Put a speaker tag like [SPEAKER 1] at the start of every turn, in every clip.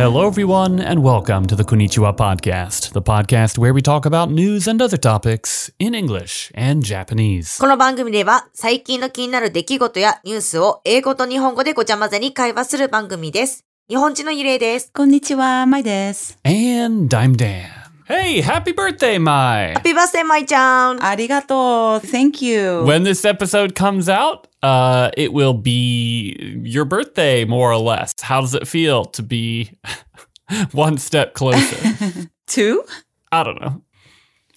[SPEAKER 1] Hello, everyone, and welcome to the Konnichiwa Podcast, the podcast where we talk about news and other topics in English and Japanese.
[SPEAKER 2] この番組では最近の気になる出来事やニュースを英語と日本語でごちゃ混ぜに会話する番組です。日本人のゆれいです。
[SPEAKER 3] こんにちは、まいです。
[SPEAKER 1] And I'm Dan. Hey, happy birthday, Mai!
[SPEAKER 2] ピバースデーまいちゃん。
[SPEAKER 3] ありがとう。Thank you.
[SPEAKER 1] When this episode comes out, uh, it will be your birthday, more or less. How does it feel to be one step closer?
[SPEAKER 3] to?
[SPEAKER 1] I don't know.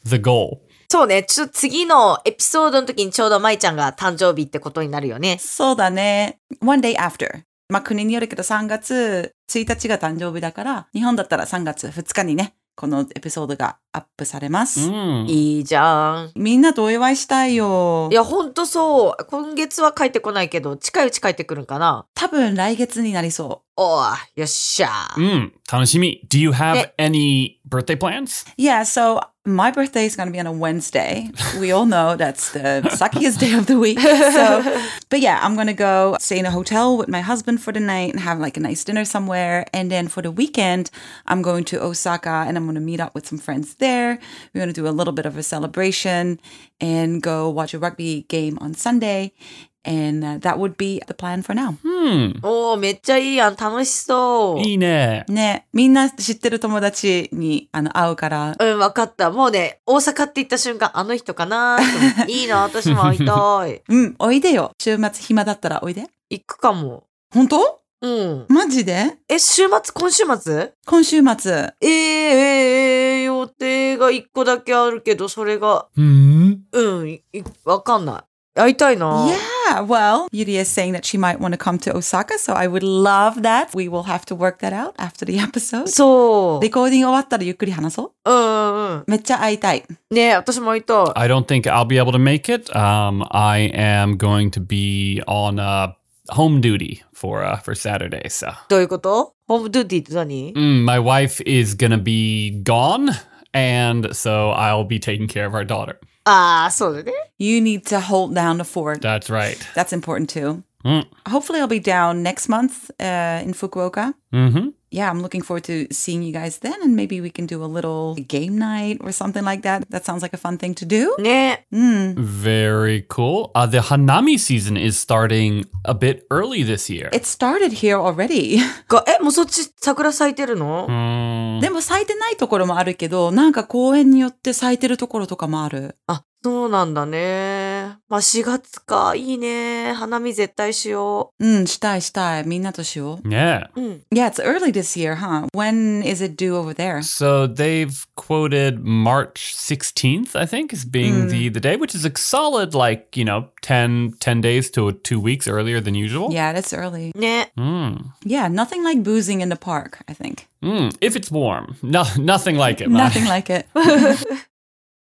[SPEAKER 1] The goal.
[SPEAKER 2] そうね、ちょっと次のエピソードの時にちょうどまいちゃんが誕生日ってことになるよね。
[SPEAKER 3] そうだね。One day after. まあ、国によるけど3月1日が誕生日だから、日本だったら3月2日にね、このエピソードがアップされます。
[SPEAKER 1] Mm.
[SPEAKER 2] いいじゃ
[SPEAKER 3] みんなとお祝いしたいよ
[SPEAKER 2] ん。い。や、ほんとそう。今月は帰ってこないけど、近いうち帰ってくるんかな。
[SPEAKER 3] 多分来月になりそ
[SPEAKER 2] おー、よっしゃ。
[SPEAKER 1] Mm. Tanoshimi, do you have
[SPEAKER 2] Eh.
[SPEAKER 1] any birthday plans?
[SPEAKER 3] う。Yeah, so my birthday is going to be on a Wednesday. We all know that's the suckiest day of the week. So But yeah, I'm gonna go stay in a hotel with my husband for the night and have like a nice dinner somewhere. And then for the weekend, I'm going to Osaka and I'm gonna meet up with some friends there. We're gonna do a little bit of a celebration and go watch a rugby game on Sunday. And uh, that would be the plan for now.
[SPEAKER 1] Hmm.
[SPEAKER 2] おー、めっちゃいいやん。楽しそう。
[SPEAKER 1] いいね。
[SPEAKER 3] ね、みんな知ってる友達にあの会うから、
[SPEAKER 2] うん、わかった。もうね、大阪って言った瞬間、あの人かなーと思っていいな、私も会いたい。
[SPEAKER 3] うん、おいでよ。週末暇だったらおいで。
[SPEAKER 2] 行くかも。
[SPEAKER 3] 本当
[SPEAKER 2] うん。
[SPEAKER 3] マジで
[SPEAKER 2] え、週末今週末
[SPEAKER 3] 今週末、
[SPEAKER 2] えー、えー、予定が一個だけあるけど、それが、
[SPEAKER 1] Hmm.
[SPEAKER 2] うん、いいわかんない。会いたいな。
[SPEAKER 1] Oh.
[SPEAKER 3] Yeah, well, Yuri is saying that she might want to come to Osaka, so I would love that. We will have to work that out after the episode.
[SPEAKER 2] そう。
[SPEAKER 3] レコーディング終わったらゆっくり話そう。
[SPEAKER 2] うんうんうん。
[SPEAKER 3] めっちゃ会いたい。
[SPEAKER 2] ねえ、私も会いたい。
[SPEAKER 1] I don't think I'll be able to make it. Um, I am going to be on uh, home duty for uh, for Saturday. So
[SPEAKER 2] どういうことホームドゥーティーって何
[SPEAKER 1] Mm, my wife is gonna be gone, and so I'll be taking care of our daughter.
[SPEAKER 2] ああ、そうだね。
[SPEAKER 3] You need to hold down the fort.
[SPEAKER 1] That's right.
[SPEAKER 3] That's important too.
[SPEAKER 1] Mm.
[SPEAKER 3] Hopefully, I'll be down next month uh, in Fukuoka.
[SPEAKER 1] hmm
[SPEAKER 3] Yeah, I'm looking forward to seeing you guys then, and maybe we can do a little game night or something like that. That sounds like a fun thing to do.
[SPEAKER 2] ね
[SPEAKER 3] Mm.
[SPEAKER 1] Very cool. Uh, the Hanami season is starting a bit early this year.
[SPEAKER 3] It started here already.
[SPEAKER 2] え、がえもうそっち桜咲いてるの
[SPEAKER 1] Mm.
[SPEAKER 3] でも咲いてないところもあるけど、なんか公園によって咲いてるところとかもある。
[SPEAKER 2] あ、そうなんだね。まあ、4月か。いいね。花見絶対しよ
[SPEAKER 3] うん、したいしたい。みんなとしよう。
[SPEAKER 1] Yeah.
[SPEAKER 2] う。うん。
[SPEAKER 3] Yeah, it's early this year, huh? When is it due over there?
[SPEAKER 1] So they've quoted March 16th, I think, as being
[SPEAKER 3] Mm.
[SPEAKER 1] the, the day, which is a solid, like, you know, 10, 10 days to two weeks earlier than usual.
[SPEAKER 3] Yeah, that's early.
[SPEAKER 2] ね。
[SPEAKER 1] Mm.
[SPEAKER 3] Yeah, nothing like boozing in the park, I think.
[SPEAKER 1] Mm. If it's warm. No, nothing like it. Mom.
[SPEAKER 3] nothing like it.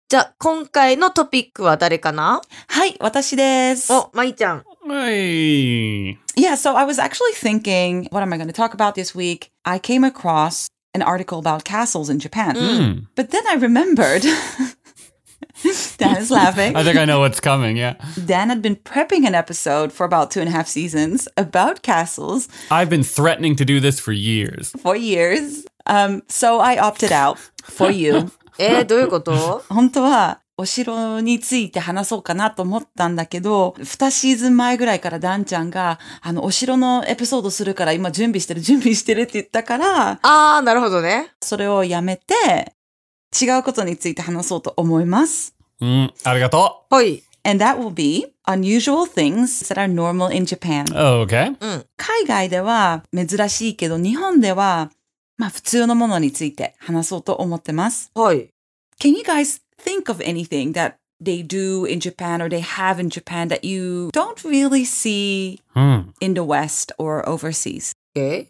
[SPEAKER 2] じゃあ、今回のトピックは誰かな
[SPEAKER 3] はい、私です。
[SPEAKER 1] Oh.
[SPEAKER 2] お、まいちゃん。
[SPEAKER 1] Hey.
[SPEAKER 3] Yeah, so I was actually thinking, what am I going to talk about this week? I came across an article about castles in Japan.
[SPEAKER 1] Mm.
[SPEAKER 3] But then I remembered. Dan is laughing.
[SPEAKER 1] I think I know what's coming. Yeah.
[SPEAKER 3] Dan had been prepping an episode for about two and a half seasons about castles
[SPEAKER 1] I've been threatening to do this for years.
[SPEAKER 3] for years. Um, so I opted out for you.
[SPEAKER 2] えー、どういうこと
[SPEAKER 3] 本当はお城について話そうかなと思ったんだけど、2シーズン前ぐらいからダンちゃんが、あの、お城のエピソードするから今準備してる準備してるって言ったか ら、
[SPEAKER 2] あー、なるほどね。
[SPEAKER 3] それをやめて、違うことについて話そうと思います。
[SPEAKER 1] Mm. Arigato.
[SPEAKER 2] はい。
[SPEAKER 3] And that will be unusual things that are normal in Japan.
[SPEAKER 1] Oh, Okay.
[SPEAKER 2] うん。
[SPEAKER 3] 海外では珍しいけど、日本では、まあ普通のものについて話そうと思ってます。
[SPEAKER 2] はい。
[SPEAKER 3] Can you guys think of anything that they do in Japan or they have in Japan that you don't really see
[SPEAKER 1] Mm.
[SPEAKER 3] in the West or overseas?
[SPEAKER 2] え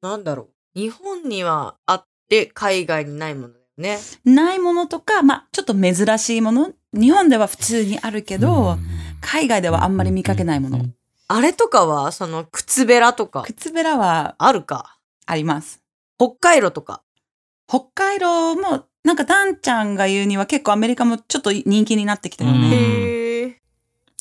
[SPEAKER 2] なんだろう。日本にはあって、海外にないものだよね。
[SPEAKER 3] ないものとか、まあ、ちょっと珍しいもの。日本では普通にあるけ
[SPEAKER 1] Hmm.
[SPEAKER 3] ど、海外ではあんまり見かけないもの。
[SPEAKER 2] あれとかは、その、靴べらとか、
[SPEAKER 3] 靴べらは
[SPEAKER 2] あるか。
[SPEAKER 3] あります。
[SPEAKER 2] 北海道とか。
[SPEAKER 3] 北海道も、なんかダンちゃんが言うには結構アメリカもちょっと人気になってきたよ
[SPEAKER 1] うん
[SPEAKER 3] ね。
[SPEAKER 2] へー。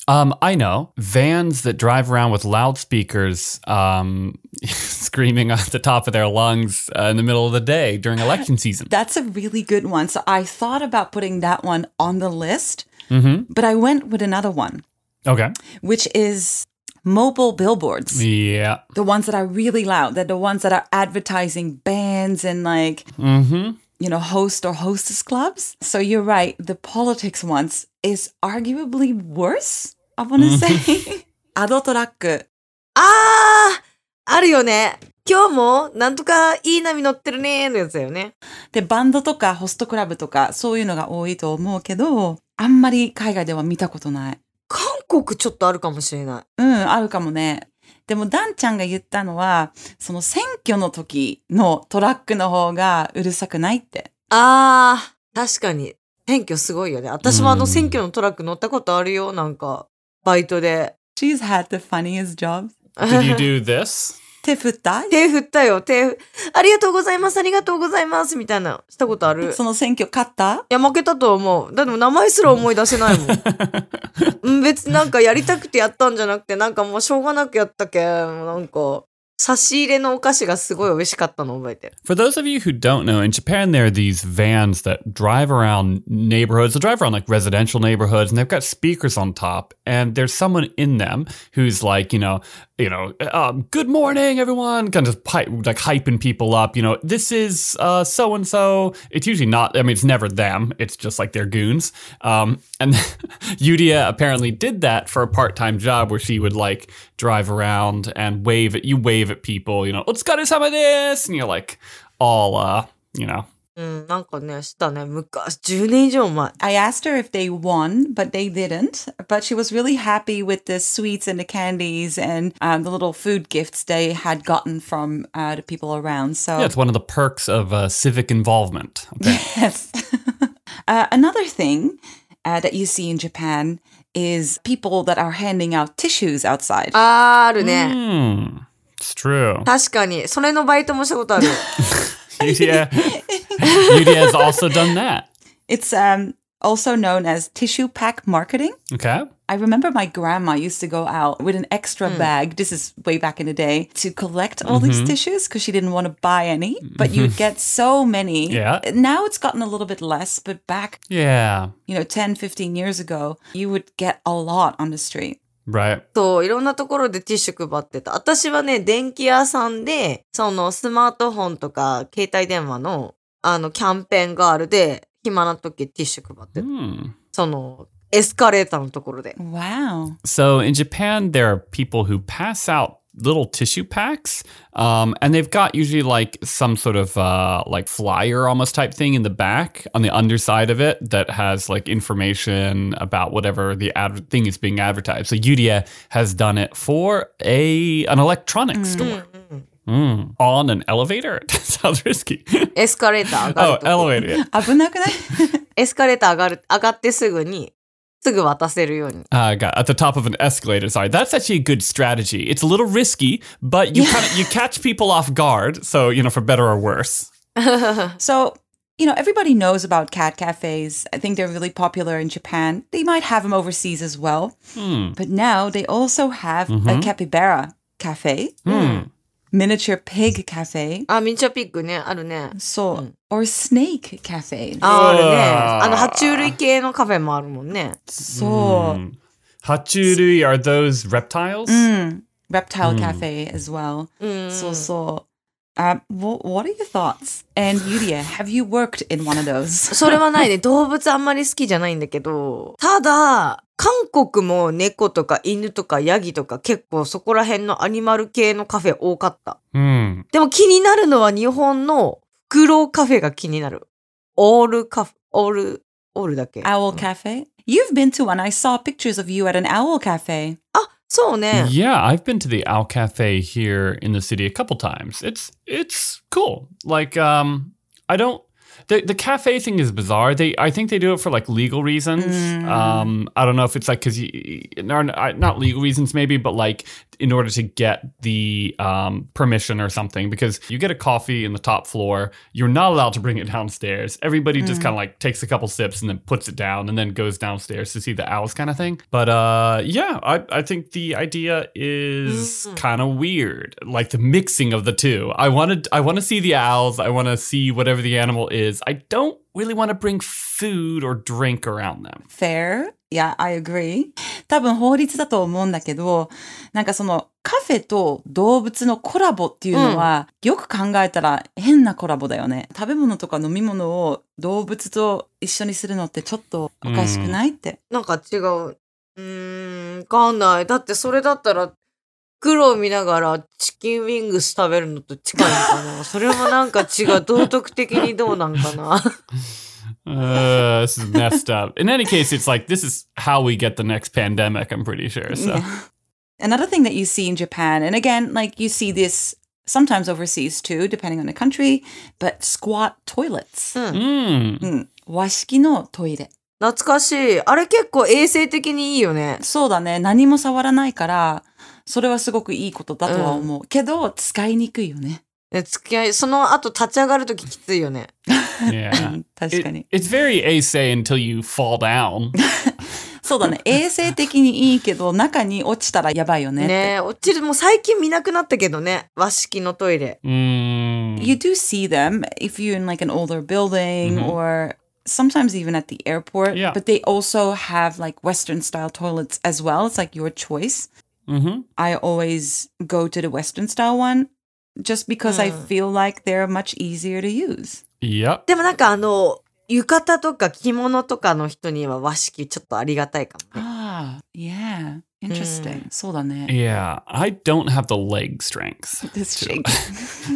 [SPEAKER 1] Um, I know vans that drive around with loudspeakers um, screaming at the top of their lungs uh, in the middle of the day during election season.
[SPEAKER 3] That's a really good one. So I thought about putting that one on the list,
[SPEAKER 1] Mhm.
[SPEAKER 3] but I went with another one,
[SPEAKER 1] Okay.
[SPEAKER 3] which is mobile billboards.
[SPEAKER 1] Yeah.
[SPEAKER 3] The ones that are really loud, they're the ones that are advertising bands and like,
[SPEAKER 1] Mm-hmm.
[SPEAKER 3] you know, host or hostess clubs. So you're right. The politics ones is arguably worse, I want to say. アドトラック。
[SPEAKER 2] あーあるよね今日もなんとかいい波乗ってるねーのやつだよね。
[SPEAKER 3] で、バンドとかホストクラブとか、そういうのが多いと思うけど、あんまり海外では見たことない。
[SPEAKER 2] 韓国ちょっとあるかもしれない。
[SPEAKER 3] うん、あるかもね。でも、ダンちゃんが言ったのは、その選挙の時のトラックの方がうるさくないって。
[SPEAKER 2] あー、確かに。選挙すごいよね。私もあ
[SPEAKER 1] う
[SPEAKER 2] の
[SPEAKER 1] ん
[SPEAKER 2] 選挙のトラック乗ったことあるよ。なんか、バイトで。
[SPEAKER 3] She's had the funniest job.
[SPEAKER 1] Did you do this?
[SPEAKER 3] 手振った
[SPEAKER 2] 手振ったよ。手振、ありがとうございます。ありがとうございます。みたいな、したことある。い
[SPEAKER 3] その選挙勝った
[SPEAKER 2] や、負けたと思う。だってもう名前すら思い出せないもん。 うん、別になんかやりたくてやったんじゃなくて、なんかもうしょうがなくやったけん。なんか、差し入れのお菓子がすごい美味しかったの覚えてる。
[SPEAKER 1] For those of you who don't know, in Japan, there are these vans that drive around neighborhoods. They drive around like residential neighborhoods, and they've got speakers on top. And there's someone in them who's like, you know, you know, um, good morning, everyone, kind of pipe, like hyping people up. You know, this is so and so. uh, It's usually not. I mean, it's never them. It's just like their goons. Um, and Yudia apparently did that for a part-time job where she would like drive around and wave at you, wave at people. You know, let's go to some of this, and you're like all uh you know
[SPEAKER 2] うん、なんかね、したね。昔、10年以上前。
[SPEAKER 3] I asked her if they won, but they didn't. But she was really happy with the sweets and the candies and um, the little food gifts they had gotten from uh, the people around. So,
[SPEAKER 1] yeah, it's one of the perks of uh, civic involvement okay.
[SPEAKER 3] yes. uh, another thing uh, that you see in Japan is people that are handing out tissues outside.
[SPEAKER 2] あーあるね。
[SPEAKER 1] Hmm, it's true
[SPEAKER 2] 確かに。それのバイトもしたことある。
[SPEAKER 1] Yudia, Yudia has also done that
[SPEAKER 3] It's um, also known as tissue pack marketing.
[SPEAKER 1] okay
[SPEAKER 3] I remember my grandma used to go out with an extra bag. This is way back in the day to collect all these tissues because she didn't want to buy any, but you'd get so many.
[SPEAKER 1] Yeah.
[SPEAKER 3] Now it's gotten a little bit less, but back,
[SPEAKER 1] yeah
[SPEAKER 3] you know, 10, 15 years ago, you would get a lot on the street.
[SPEAKER 1] right
[SPEAKER 2] そう、いろんなところでティッシュ配ってた。私はね、電気屋さんで、そのスマートフォンとか携帯電話の、あの、キャンペーンガールで、暇な時ティッシュ配ってた。
[SPEAKER 1] Hmm.
[SPEAKER 2] その、エスカレーターのところで。
[SPEAKER 3] Wow.
[SPEAKER 1] So in Japan, there are people who pass out little tissue packs, um, and they've got usually like some sort of uh, like flyer almost type thing in the back on the underside of it that has like information about whatever the ad- thing is being advertised. So Yudia has done it for a an electronics store. Mm. On an elevator? That sounds risky.
[SPEAKER 2] エスカレーター上が
[SPEAKER 1] oh,
[SPEAKER 2] るとこ
[SPEAKER 1] elevator. yeah.
[SPEAKER 3] Uh, 危なくない？
[SPEAKER 2] エスカレーター上がる、上がってすぐに、すぐ渡せるように。
[SPEAKER 1] Uh, got at the top of an escalator. Sorry, that's actually a good strategy. It's a little risky, but you kind of you catch people off guard. So you know, for better or worse.
[SPEAKER 3] So, you know, everybody knows about cat cafes. I think they're really popular in Japan. They might have them overseas as well.
[SPEAKER 1] Hmm.
[SPEAKER 3] But now they also have a capybara cafe,
[SPEAKER 1] Hmm.
[SPEAKER 3] miniature pig cafe,
[SPEAKER 2] あ、ミニチュアピッグね、あるね。
[SPEAKER 3] so or snake cafe.
[SPEAKER 2] あ、あるね。
[SPEAKER 1] あー
[SPEAKER 2] あの、爬虫類系のカフェもあるもんね。
[SPEAKER 3] so
[SPEAKER 1] Mm. Hachurui Hmm. are those reptiles?
[SPEAKER 3] mm, reptile cafe as well.
[SPEAKER 2] Mm.
[SPEAKER 3] So so. Uh, wh- what are your thoughts? And Yuria, have you worked in one of those?
[SPEAKER 2] それはないね。動物あんまり好きじゃないんだけど、ただ、韓国も猫とか犬とかヤギとか結構そこら辺のアニマル系のカフェ多かった。
[SPEAKER 1] Hmm.
[SPEAKER 2] でも気になるのは日本のフクロウカフェが気になる。オールカフェ、オール、オールだっけ
[SPEAKER 3] Owl cafe? You've been to one. I saw pictures of you at an owl cafe.
[SPEAKER 2] そうね。
[SPEAKER 1] Yeah, I've been to the Owl Cafe here in the city a couple times. It's it's cool. Like um I don't The the cafe thing is bizarre. They I think they do it for like legal reasons. Um, I don't know if it's like because not legal reasons maybe, but like in order to get the um, permission or something. Because you get a coffee in the top floor, you're not allowed to bring it downstairs. Everybody just kind of like takes a couple sips and then puts it down and then goes downstairs to see the owls kind of thing. But uh, yeah, I I think the idea is kind of weird, like the mixing of the two. I wanted I want to see the owls. I want to see whatever the animal is. I don't really want to bring food or drink around them.
[SPEAKER 3] Fair? Yeah, I agree. 多分法律だと思うんだけど、なんかそのカフェと動物のコラボっていうのは、よく考えたら変なコラボだよね。食べ物とか飲み物を動物と一緒にするのってちょっとおかしくないって。
[SPEAKER 2] なんか違う。うーん、わかんない。だってそれだったら、黒を見ながらチキンウィングス食べるのと近いのかなそれもなんか違う。道徳的にどうなんかな
[SPEAKER 1] Uh, this is messed up. In any case, it's like this is how we get the next pandemic. I'm pretty sure. So
[SPEAKER 3] Yeah. Another thing that you see in Japan, and again, like you see this sometimes overseas too, depending on the country, but squat toilets.
[SPEAKER 2] うん。
[SPEAKER 1] Mm.
[SPEAKER 3] うん。和式のトイレ。
[SPEAKER 2] 懐かしい。あれ結構衛生的にいいよね。
[SPEAKER 3] そうだね。何も触らないから、それはすごくいいことだとは思う。けど、使いにくいよね。
[SPEAKER 2] ね付き合い、その後立ち上がるとききついよね。
[SPEAKER 3] う
[SPEAKER 1] Hmm, yeah.
[SPEAKER 3] ん確かに
[SPEAKER 1] It-。it's very asay until you fall down.
[SPEAKER 3] そうだね。衛生的にいいけど、中に落ちたらやばいよねって。
[SPEAKER 2] ね落ちる。もう最近見なくなったけどね。和式のトイレ。
[SPEAKER 1] Mm.
[SPEAKER 3] You do see them if you're in like an older building
[SPEAKER 1] Mhm.
[SPEAKER 3] or sometimes even at the airport.
[SPEAKER 1] Yeah.
[SPEAKER 3] But they also have like Western style toilets as well. It's like your choice.
[SPEAKER 1] hmm
[SPEAKER 3] I always go to the Western style one just because I
[SPEAKER 2] Mm.
[SPEAKER 3] feel like they're much easier to use.
[SPEAKER 1] Yep.
[SPEAKER 2] でもなんかあの、浴衣とか着物とかの人には和式ちょっとありがたいか もね。
[SPEAKER 3] Ah, yeah. Interesting. そうだね。
[SPEAKER 1] Mm. Yeah. I don't have the leg strength.
[SPEAKER 3] This
[SPEAKER 1] Sure.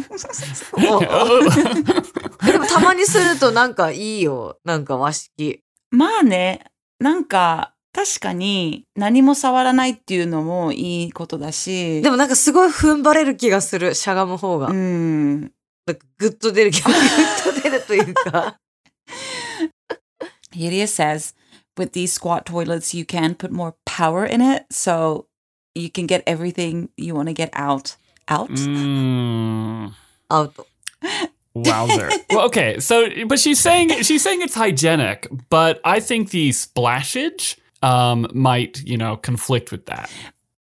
[SPEAKER 3] shake.
[SPEAKER 2] お
[SPEAKER 1] Oh.
[SPEAKER 2] でもたまにするとなんかいいよ。なんか和式。
[SPEAKER 3] まあね、なんか確かに何も触らないっていうのもいいことだし。
[SPEAKER 2] でもなんかすごい踏ん張れる気がする。しゃがむ方が。
[SPEAKER 3] うん。
[SPEAKER 2] なんかグッと出る気が、グ ッと出るというか。
[SPEAKER 3] Yuria says with these squat toilets, you can put more power in it. So you can get everything you want to get out. Out?
[SPEAKER 1] Mm.
[SPEAKER 2] アウト。
[SPEAKER 1] Wowzer. well, okay. So, but she's saying she's saying it's hygienic, but I think the splashage um, might you know conflict with that.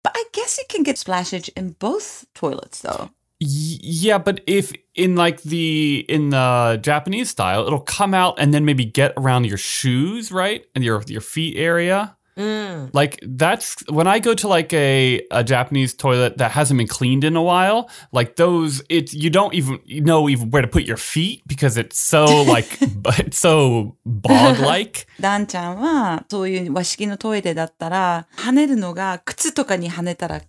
[SPEAKER 3] But I guess you can get splashage in both toilets though.
[SPEAKER 1] Y- yeah, but if in like the in the Japanese style, it'll come out and then maybe get around your shoes, right, and your your feet area.
[SPEAKER 2] うん。
[SPEAKER 1] Like that's when I go to like a, a Japanese toilet that hasn't been cleaned in a while. Like those, it you don't even you know even where to put your feet because it's so like b- it's so bog like.
[SPEAKER 3] ダンちゃんはそういう和式のトイレだったら跳ねるのが靴とかに跳ねたら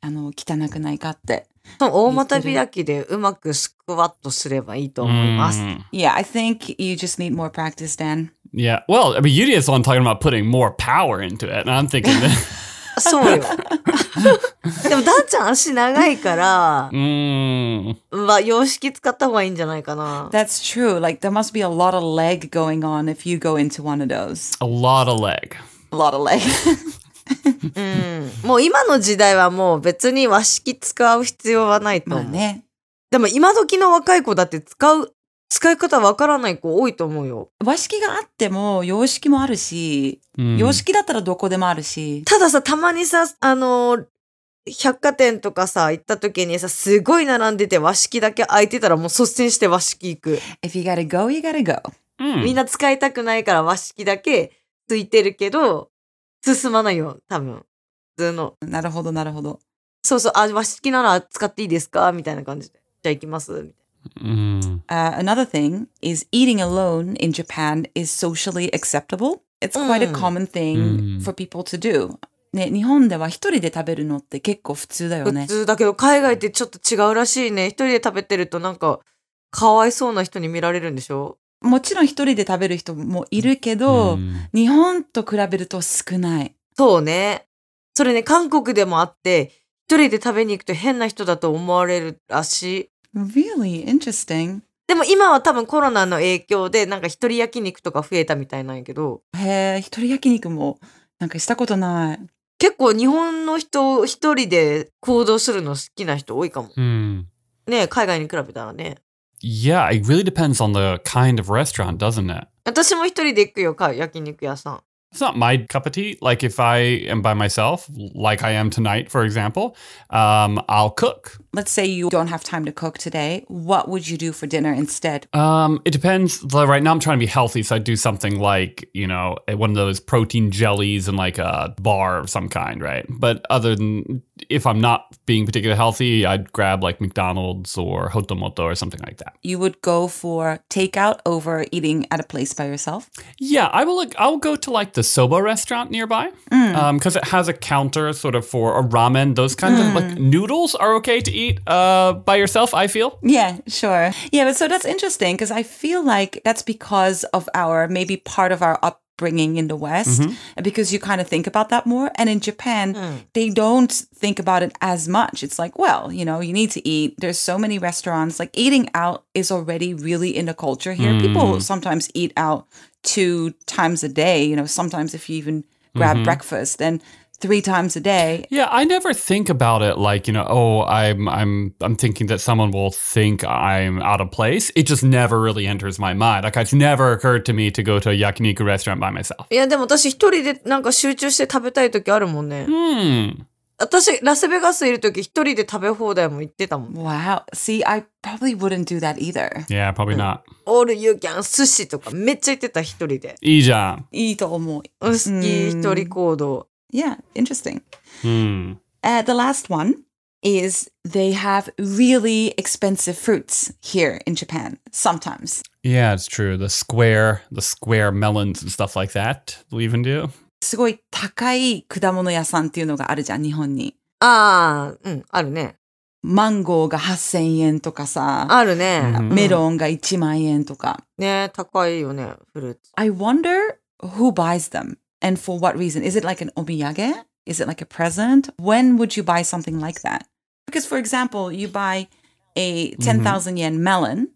[SPEAKER 3] あの汚くないかって。
[SPEAKER 2] 大股開きでうまくスクワットすればいいと思います。
[SPEAKER 3] Yeah, I think you just need more practice, Dan.
[SPEAKER 1] Yeah. Well, I mean, Yuri is the one talking about putting more power into it, and I'm thinking, that,
[SPEAKER 2] そうよ。 でも、ダンちゃん足長いから、
[SPEAKER 1] mm,
[SPEAKER 2] まあ、洋式使った方がいいんじゃないかな。
[SPEAKER 3] That's true. Like there must be a lot of leg going on if you go into one of those.
[SPEAKER 1] a lot of leg.
[SPEAKER 3] A lot of leg.
[SPEAKER 2] うん。もう今の時代はもう別に和式使う必要はないと
[SPEAKER 3] まあ
[SPEAKER 2] 思う。
[SPEAKER 3] ね。
[SPEAKER 2] でも今時の若い子だって使う、使い方わからない子多いと思うよ。
[SPEAKER 3] 和式があっても洋式もあるし、
[SPEAKER 1] Mm.
[SPEAKER 3] 洋式だったらどこでもあるし。
[SPEAKER 2] たださ、たまにさ、あのー百貨店とかさ、行った時にさ、すごい並んでて和式だけ空いてたらもう率先して和式行く。
[SPEAKER 3] If you gotta go, you gotta go.
[SPEAKER 1] Mm.
[SPEAKER 2] みんな使いたくないから和式だけついてるけど、進まないよ、多分。普通の。
[SPEAKER 3] なるほど、なるほど。
[SPEAKER 2] そうそう、あ、和式なら使っていいですかみたいな感じで。じゃあ行きます。みたい
[SPEAKER 1] Mm.
[SPEAKER 3] Uh, another thing is eating alone in Japan is socially acceptable. It's quite a
[SPEAKER 2] うん
[SPEAKER 3] common thing
[SPEAKER 1] うん
[SPEAKER 3] for people to do. ね、日本では一人で食べるのって結構普通だよ
[SPEAKER 2] な
[SPEAKER 3] ね
[SPEAKER 2] 普。通だけど、海外ってちょっと違うらしいね。一人で食べてるとなんか、かわいそうな人に見られるんでしょ
[SPEAKER 3] もちろん一人で食べる人もいるけど、
[SPEAKER 1] Mm.
[SPEAKER 3] 日本と比べると少ない。
[SPEAKER 2] そうね。それね、韓国でもあって、一人で食べに行くと変な人だと思われるらしい。
[SPEAKER 3] Really interesting.
[SPEAKER 2] でも今は多分コロナの影響でなんか一人焼肉とか増えたみたいなんやけど
[SPEAKER 3] へえ、一人焼肉もなんかしたことない。
[SPEAKER 2] 結構日本の人一人で行動するの好きな人多いかも
[SPEAKER 1] Hmm.
[SPEAKER 2] ね海外に比べたらね
[SPEAKER 1] Yeah, it really depends on the kind of restaurant, doesn't it?
[SPEAKER 2] 私も一人で行くよか焼肉屋さん
[SPEAKER 1] It's not my cup of tea. Like if I am by myself, like I am tonight, for example, um, I'll cook.
[SPEAKER 3] Let's say you don't have time to cook today. What would you do for dinner instead?
[SPEAKER 1] Um, it depends. Like, Right now, I'm trying to be healthy, so I do something like you know one of those protein jellies and like a bar of some kind, right? But other than if I'm not being particularly healthy, I'd grab like McDonald's or Hotomoto or something like that.
[SPEAKER 3] You would go for takeout over eating at a place by yourself.
[SPEAKER 1] Yeah, I will. Like, I'll go to like the soba restaurant nearby because it has a counter sort of for a ramen. Those kinds of like noodles are okay to eat uh, by yourself. I feel.
[SPEAKER 3] Yeah, sure. Yeah, but so that's interesting because I feel like that's because of our maybe part of our upbringing in the West, because you kind of think about that more. And in Japan, they don't think about it as much. It's like, well, you know, you need to eat. There's so many restaurants. Like eating out is already really in the culture here. People sometimes eat out two times a day, you know, sometimes if you even grab breakfast, then three times a day.
[SPEAKER 1] Yeah, I never think about it like you know. Oh, I'm I'm I'm thinking that someone will think I'm out of place. It just never really enters my mind. Like it's never occurred to me to go to a yakiniku restaurant by myself.
[SPEAKER 2] いやでも私一人でなんか集中して食べたい時あるもんね
[SPEAKER 1] Hmm.
[SPEAKER 2] 私ラスベガスいる時一人で食べ放題も行ってたもん
[SPEAKER 3] Wow. See, I probably wouldn't do that either.
[SPEAKER 1] Yeah, probably not.
[SPEAKER 2] オールユーキャン寿司とかめっちゃ行ってた一人で
[SPEAKER 1] Ijan.
[SPEAKER 3] いいと思う。
[SPEAKER 2] 好き一人行動
[SPEAKER 3] Yeah, interesting.
[SPEAKER 1] Hmm.
[SPEAKER 3] Uh, the last one is they have really expensive fruits here in Japan sometimes.
[SPEAKER 1] Yeah, it's true. The square, the square melons and stuff like that. We'll even do.
[SPEAKER 3] すごい高い果物屋さんっていうのがあるじゃん、日本に。
[SPEAKER 2] ああうんあるね
[SPEAKER 3] マンゴーが8000円とかさ、
[SPEAKER 2] あるね、
[SPEAKER 1] うん
[SPEAKER 3] メロンが1万円とか。
[SPEAKER 2] ね高いよねフルーツ
[SPEAKER 3] I wonder who buys them and for what reason. Is it like an omiyage? Is it like a present? When would you buy something like that? Because, for example, you buy a 10,000 yen melon,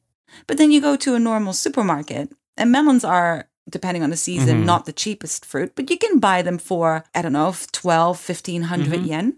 [SPEAKER 3] but then you go to a normal supermarket and melons are, depending on the season,
[SPEAKER 1] Mhm.
[SPEAKER 3] not the cheapest fruit, but you can buy them for, I don't know, 12, 1500
[SPEAKER 1] Mhm.
[SPEAKER 3] yen,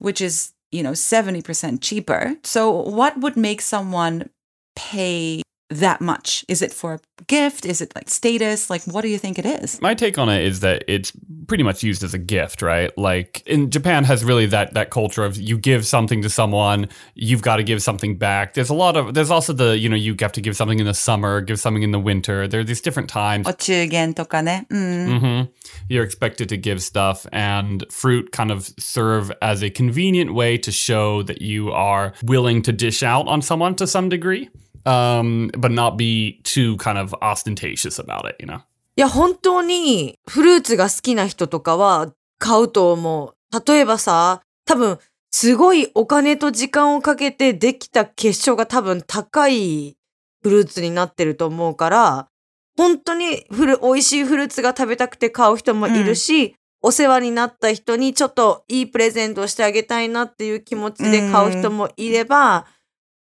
[SPEAKER 3] which is, you know, 70% cheaper. So, what would make someone pay that much? Is it for a gift? Is it like status? Like, what do you think it is?
[SPEAKER 1] My take on it is that it's pretty much used as a gift, right? Like in Japan has really that that culture of you give something to someone, you've got to give something back. There's a lot of there's also the, you know, you have to give something in the summer, give something in the winter. There are these different times.
[SPEAKER 3] お中元とかね。うん。
[SPEAKER 1] hmm You're expected to give stuff, and fruit kind of serve as a convenient way to show that you are willing to dish out on someone to some degree, um, but not be too kind of ostentatious about it, you know?
[SPEAKER 2] いや本当にフルーツが好きな人とかは買うと思う例えばさ多分すごいお金と時間をかけてできた結晶が多分高いフルーツになってると思うから本当にフル美味しいフルーツが食べたくて買う人もいるし、お世話になった人にちょっといいプレゼントをしてあげたいなっていう気持ちで買う人もいれば、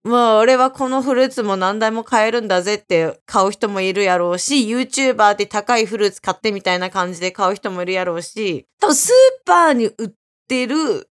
[SPEAKER 2] もう俺はこのフルーツも何台も買えるんだぜって買う人もいるやろうし、YouTuber で高いフルーツ買ってみたいな感じで買う人もいるやろうし、多分スーパーに売ってるフ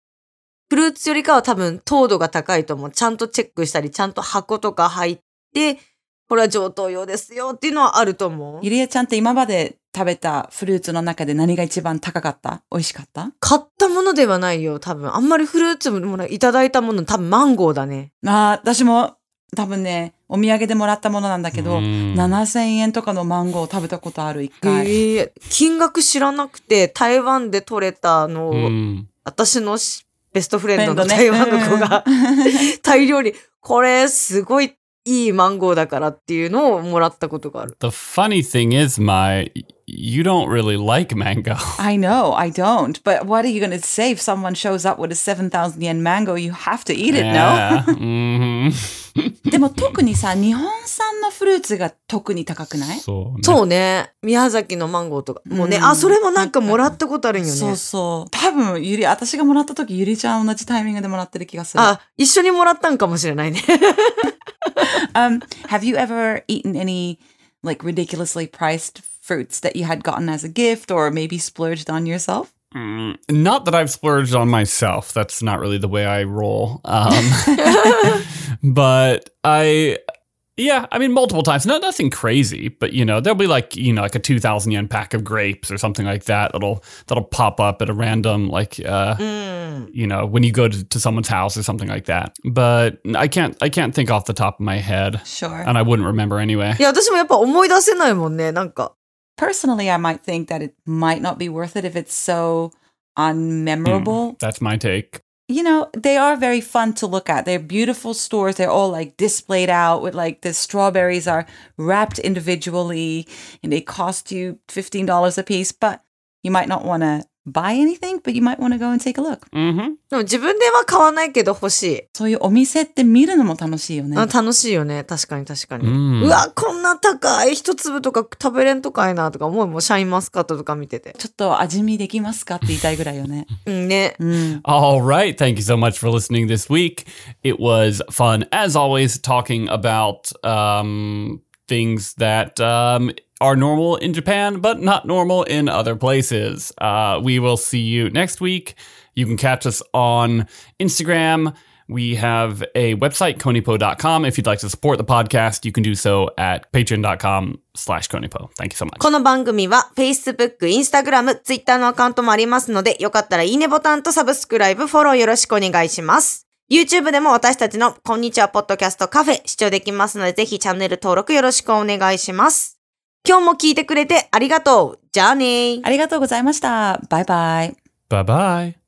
[SPEAKER 2] ルーツよりかは多分糖度が高いと思う。ちゃんとチェックしたり、ちゃんと箱とか入って、これは上等用ですよっていうのはあると思う。
[SPEAKER 3] ゆりえちゃんって今まで食べたフルーツの中で何が一番高かった美味しかった
[SPEAKER 2] 買ったものではないよ、多分。あんまりフルーツもないただいたもの、多分マンゴーだね。
[SPEAKER 3] ああ、私も多分ね、お土産でもらったものなんだけど、
[SPEAKER 1] うん
[SPEAKER 3] 7000円とかのマンゴーを食べたことある一回。
[SPEAKER 2] へえ金額知らなくて、台湾で取れたのを、
[SPEAKER 1] Mm.
[SPEAKER 2] 私のしベストフレンドの
[SPEAKER 3] フ
[SPEAKER 2] 台
[SPEAKER 3] レンドね
[SPEAKER 2] 湾の子が、 大量に、これすごいいいマンゴーだからっていうのをもらったことがある。
[SPEAKER 1] The funny thing is, my you don't really like mango.
[SPEAKER 3] I know, I don't. But what are you going to say if someone shows up with a 7,000 yen mango? You have to eat it, no?
[SPEAKER 1] mm-hmm.
[SPEAKER 3] でも特にさ、日本産のフルーツが特に高くない
[SPEAKER 1] そうね
[SPEAKER 2] そうね。宮崎のマンゴーとか。もうね、
[SPEAKER 3] うん
[SPEAKER 2] あ、それもなんかもらったことあるんよね。
[SPEAKER 3] そうそう。多分、ゆり、私がもらった時、ゆりちゃん同じタイミングでもらってる気がする。
[SPEAKER 2] あ、一緒にもらったんかもしれない ね。
[SPEAKER 3] um, have you ever eaten any like ridiculously priced fruits that you had gotten as a gift or maybe splurged on yourself?
[SPEAKER 1] Mm, not that I've splurged on myself. That's not really the way I roll. Um, but I, yeah, I mean, multiple times. No, nothing crazy, but you know, there'll be like you know, like a two thousand yen pack of grapes or something like that. That'll that'll pop up at a random like. Uh,
[SPEAKER 2] うん。
[SPEAKER 1] you know, when you go to, to someone's house or something like that. But I can't, I can't think off the top of my head,
[SPEAKER 3] Sure.
[SPEAKER 1] and I wouldn't remember anyway.
[SPEAKER 2] いや、私もやっぱ思い出せないもんね、なんか。
[SPEAKER 3] Personally, I might think that it might not be worth it if it's so unmemorable.
[SPEAKER 1] That's my take.
[SPEAKER 3] You know, they are very fun to look at. They're beautiful stores. They're all like displayed out with like the strawberries are wrapped individually and they cost you $15 a piece, but you might not want to buy anything, but you might want to go and take a look.
[SPEAKER 1] Mm-hmm.
[SPEAKER 2] でも自分では買わないけど欲しい。
[SPEAKER 3] そういうお店って見るのも楽しいよね。
[SPEAKER 2] あ楽しいよね。確かに確かに。
[SPEAKER 1] Mm.
[SPEAKER 2] うわ、こんな高い一粒とか食べれんとかいなとか思うもん、シャインマスカットとか見てて。
[SPEAKER 3] ちょっと味見できますかって言いたいぐらいよね。
[SPEAKER 2] うんね。
[SPEAKER 3] うん。
[SPEAKER 1] All right. Thank you so much for listening this week. It was fun, as always, talking about um, things that um, are normal in Japan, but not normal in other places. Uh, we will see you next week. You can catch us on Instagram. We have a website, konipo.com. If you'd like to support the podcast, you can do so at patreon.com slash konipo. Thank you so much.
[SPEAKER 2] この番組は Facebook、Instagram、Twitter のアカウントもありますので、よかったらいいねボタンとサブスクライブ、フォローよろしくお願いします。YouTube でも私たちのこんにちはポッドキャストカフェ視聴できますので、ぜひチャンネル登録よろしくお願いします。今日も聞いてくれてありがとう。じゃあねー。
[SPEAKER 3] ありがとうございました。バイバイ。
[SPEAKER 1] Bye bye.